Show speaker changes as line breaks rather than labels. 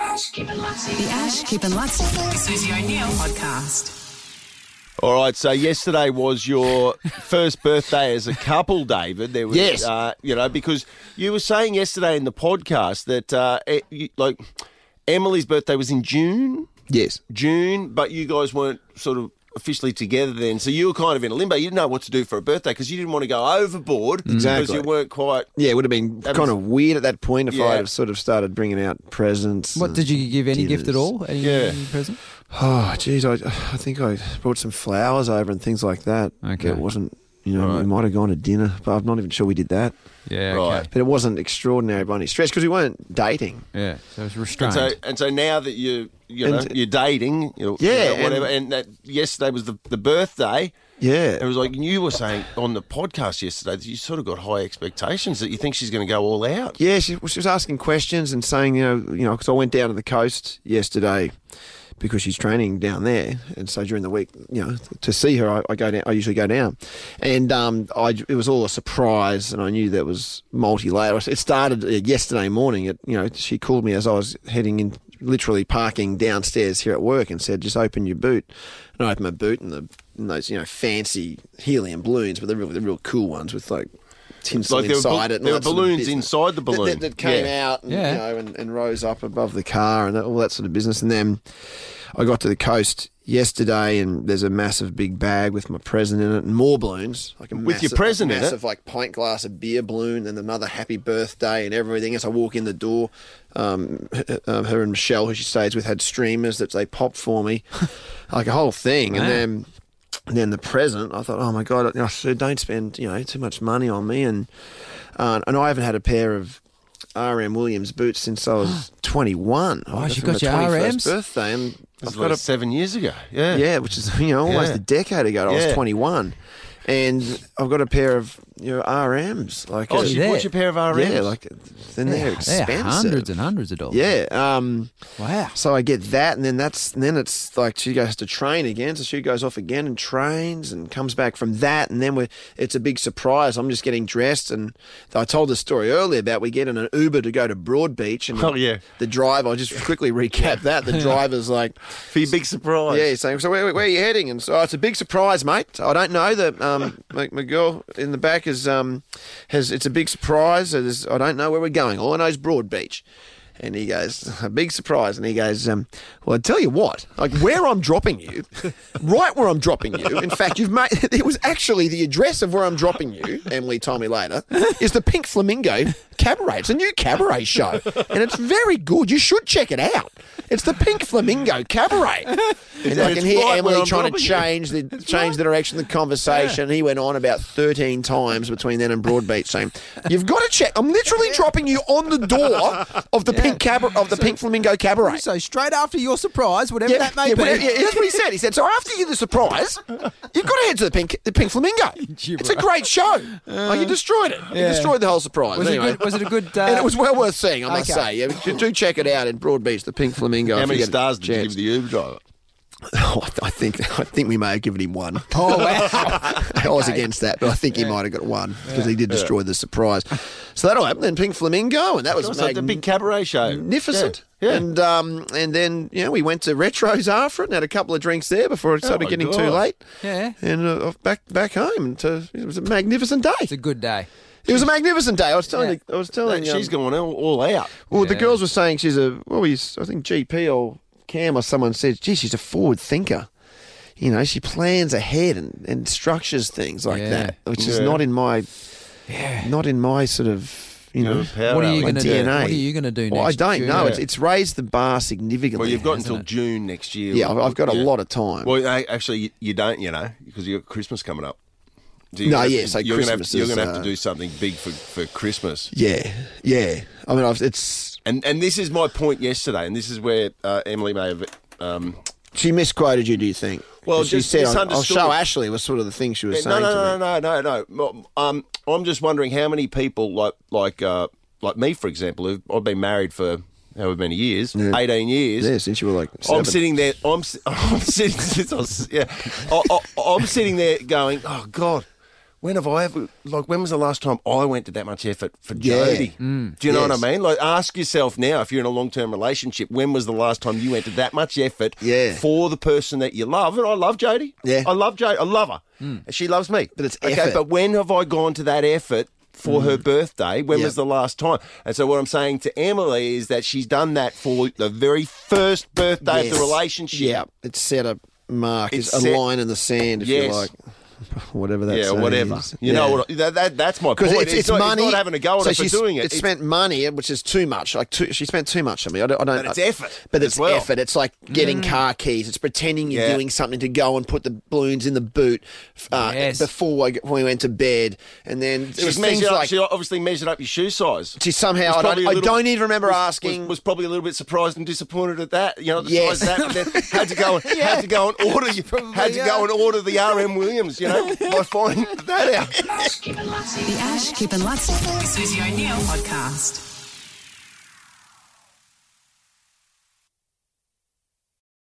Ash, Kip and Lutzy.
The Ash, Kip and Lutz. Susie O'Neill podcast.
All right, so yesterday was your first birthday as a couple, David. There was,
Yes.
uh, you know, because you were saying yesterday in the podcast that, uh, it, you, like, Emily's birthday was in June,
Yes.
June, but you guys weren't sort of officially together then, so you were kind of in a limbo. You didn't know what to do for a birthday because you didn't want to go overboard because
Exactly.
you weren't quite.
Yeah, it would have been
That
kind
was-
of weird at that point if
Yeah.
I had sort of started bringing out presents.
What
and-
did you give any gift at
dinners.
all? Any,
Yeah.
any present?
Oh, geez, I, I think I brought some flowers over and things like that.
Okay.
It wasn't, you know,
Right.
we might have gone to dinner, but I'm not even sure we did that.
Yeah,
Right.
But it wasn't extraordinary by any stretch because we weren't dating.
Yeah, so it's
And
restrained.
so, and so now that you you know
And-
you're dating, you know,
Yeah, and-
whatever. And, that yesterday was the, the birthday.
Yeah.
It was like you were saying on the podcast yesterday that you sort of got high expectations that you think she's going to go all out.
Yeah, she, well, she was asking questions and saying, you know, you know, because I went down to the coast yesterday because she's training down there, and so during the week, you know, to see her, I, I go down. I usually go down, and um, I it was all a surprise, and I knew that was multi-layered. It started uh, yesterday morning. It, you know, she called me as I was heading in, literally parking downstairs here at work, and said, "Just open your boot," and I opened my boot, and the and those you know fancy helium balloons, but the real, the real cool ones with like. Tinsel
Like there were bal-
inside it. and
there
all
were
that sort of
balloons
business.
inside the
That-
balloon.
that, that came
Yeah.
out and,
Yeah.
you know, and, and rose up above the car and all that sort of business. And then I got to the coast yesterday and there's a massive big bag with my present in it and more balloons. Like a
With your
massive-
present in it?
massive, like pint glass of beer balloon and another happy birthday and everything. As I walk in the door, um, her, um, her and Michelle, who she stays with, had streamers that they popped for me, like a whole thing. And then and then the present, I thought, oh my god, I should- don't spend you know too much money on me, and uh, and I haven't had a pair of R.M. Williams boots since I was 21. I
Oh,
got
you
them
got
at
your
my 21st
RMs?
birthday, and
It was
I've
like
got a
seven years ago. Yeah.
yeah, which is you know almost
Yeah.
a decade ago. I
Yeah.
was 21, and I've got a pair of you know RMs like
Oh,
a,
she
Yeah.
bought your pair of RMs.
yeah, like then
Yeah,
they're expensive.
hundreds and hundreds of dollars.
yeah, um,
Wow.
so I get that, and then that's and then it's like she goes to train again, so she goes off again and trains and comes back from that, and then we are it's a big surprise. I'm just getting dressed, and I told the story earlier about we get in an Uber to go to Broadbeach, and
Oh, yeah.
the driver. I'll just quickly recap that. The driver's like.
for your big surprise.
Yeah, he's saying, so where, where are you heading? And so "Oh, it's a big surprise, mate. I don't know that um, my, my girl in the back is um, has it's a big surprise. So there's- I don't know where we're going. All I know is Broad Beach. And he goes, a big surprise. And he goes, um, well, I tell you what, like where I'm dropping you, right where I'm dropping you. In fact, you've made it was actually the address of where I'm dropping you. Emily told me later is the Pink Flamingo Cabaret. It's a new cabaret show, and it's very good. You should check it out. It's the Pink Flamingo Cabaret. And I
it's
can hear
right where
Emily
I'm
trying to
dropping you.
change the change the direction of the conversation. He went on about thirteen times between then and Broadbeach, saying, "You've got to check. I'm literally dropping you on the door of the pink cabaret of the Pink Flamingo Cabaret."
So straight after your surprise, whatever that may
yeah,
be.
whatever- yeah, that's what he said. He said, "So after you the surprise, you've got to head to the pink, the pink flamingo. It's a great show. like you destroyed it. You
Uh, yeah.
destroyed the whole surprise.
Was,
anyway.
it good, was it a good? Uh,
and it was well worth seeing, I must
Okay.
say. Yeah, do- do check it out in Broadbeach, the Pink Flamingo.
How
if
many
you get a
stars did you
chance.
give the Uber driver?
Oh, I, th- I think I think we may have given him one.
Oh wow!
I was against that, but I think he might have got one because he did destroy the surprise. So that all happened. Then Pink Flamingo, and that was
It's like the
magnificent.
big cabaret show. Yeah. yeah.
And um, and then you know we went to Retros after it and had a couple of drinks there before it started
my
getting too
God.
late.
Yeah.
And uh, off back back home. And to, it was a magnificent day.
it's a good day.
It was a magnificent day. I was telling.
Yeah.
the- I was telling.
She's
um,
going all, all out.
Well, the
Yeah.
girls were saying she's a well, he's, I think GP or Cam or someone said, gee, she's a forward thinker. You know, she plans ahead and, and structures things like
Yeah.
that, which is
Yeah.
not in my, not in my sort of you know.
Power
What are you
hour.
Uh, my
gonna do?
DNA.
What are you gonna do
Well,
next
I don't
June?
know.
Yeah.
It's, it's raised the bar significantly.
Well, you've got
hasn't
until
it?
June next year.
Yeah, I've- I've got a lot of time.
Well, a- actually, you- you don't, you know, because you've got Christmas coming up. So
No,
gonna have
yeah,
to-
so
you're gonna have,
Christmas
you're
is,
gonna have
uh,
to do something big for, for Christmas.
Yeah, yeah. I mean, I've, it's
And and this is my point yesterday, and this is where uh, Emily may have. Um,
she misquoted you. Do you think?
Well,
'Cause she
just
said, I'll- "I'll
misunderstood.
show Ashley" was sort of the thing she was
no,
saying. to me.
no, no, no, no, no. Um, I'm just wondering how many people like like uh, like me, for example, who I've been married for however many years,
Yeah.
eighteen years.
Yeah, since you were like,
I'm
seven.
sitting there. oh, I'm, oh, s- I'm sitting. yeah, I, I, I'm sitting there going, "Oh God, when have I ever like when was the last time I went to that much effort for
Yeah. Mm.
Jodie? Do you know
Yes.
what I mean? Like ask yourself now if you're in a long term relationship, when was the last time you went to that much effort
Yeah.
for the person that you love? And I love Jodie.
Yeah. Mm.
I love Jodie. I love her. And She loves me.
But it's
okay,
effort. Mm.
but when have I gone to that effort for her birthday? When
Yep.
was the last time? And so what I'm saying to Emily is that she's done that for the very first birthday of
Yes.
the relationship.
Yeah, it's set a mark. It's,
It's
a
set-
line in the sand, if you
Yes.
like. Whatever that
Yeah,
saying
whatever.
is.
You know what? That, that, that's my point.
Because it's, it's,
not,
money.
not having a go at
so
her for
she's-
doing it.
It's, spent money, which is too much. Like too, she spent too much on me. I don't. I don't
But it's
I-
effort
But
as
it's
well. Mm.
effort. It's like getting car keys. It's pretending you're
Yeah.
doing something to go and put the balloons in the boot f- uh,
Yes.
before I, g- when we went to bed, and then it
She
was
measured
things
up-
like
she obviously measured up your shoe size.
She somehow-
Was
I don't-
probably a
I don't even remember
was-
asking.
Was, was probably a little bit surprised and disappointed at that. You know, the
Yes.
size of that. but then had to go and had to go and order. had to go and order the RM Williams. You know, by finding that out.
The Ash, Kip and Lutz, Susie O'Neill podcast.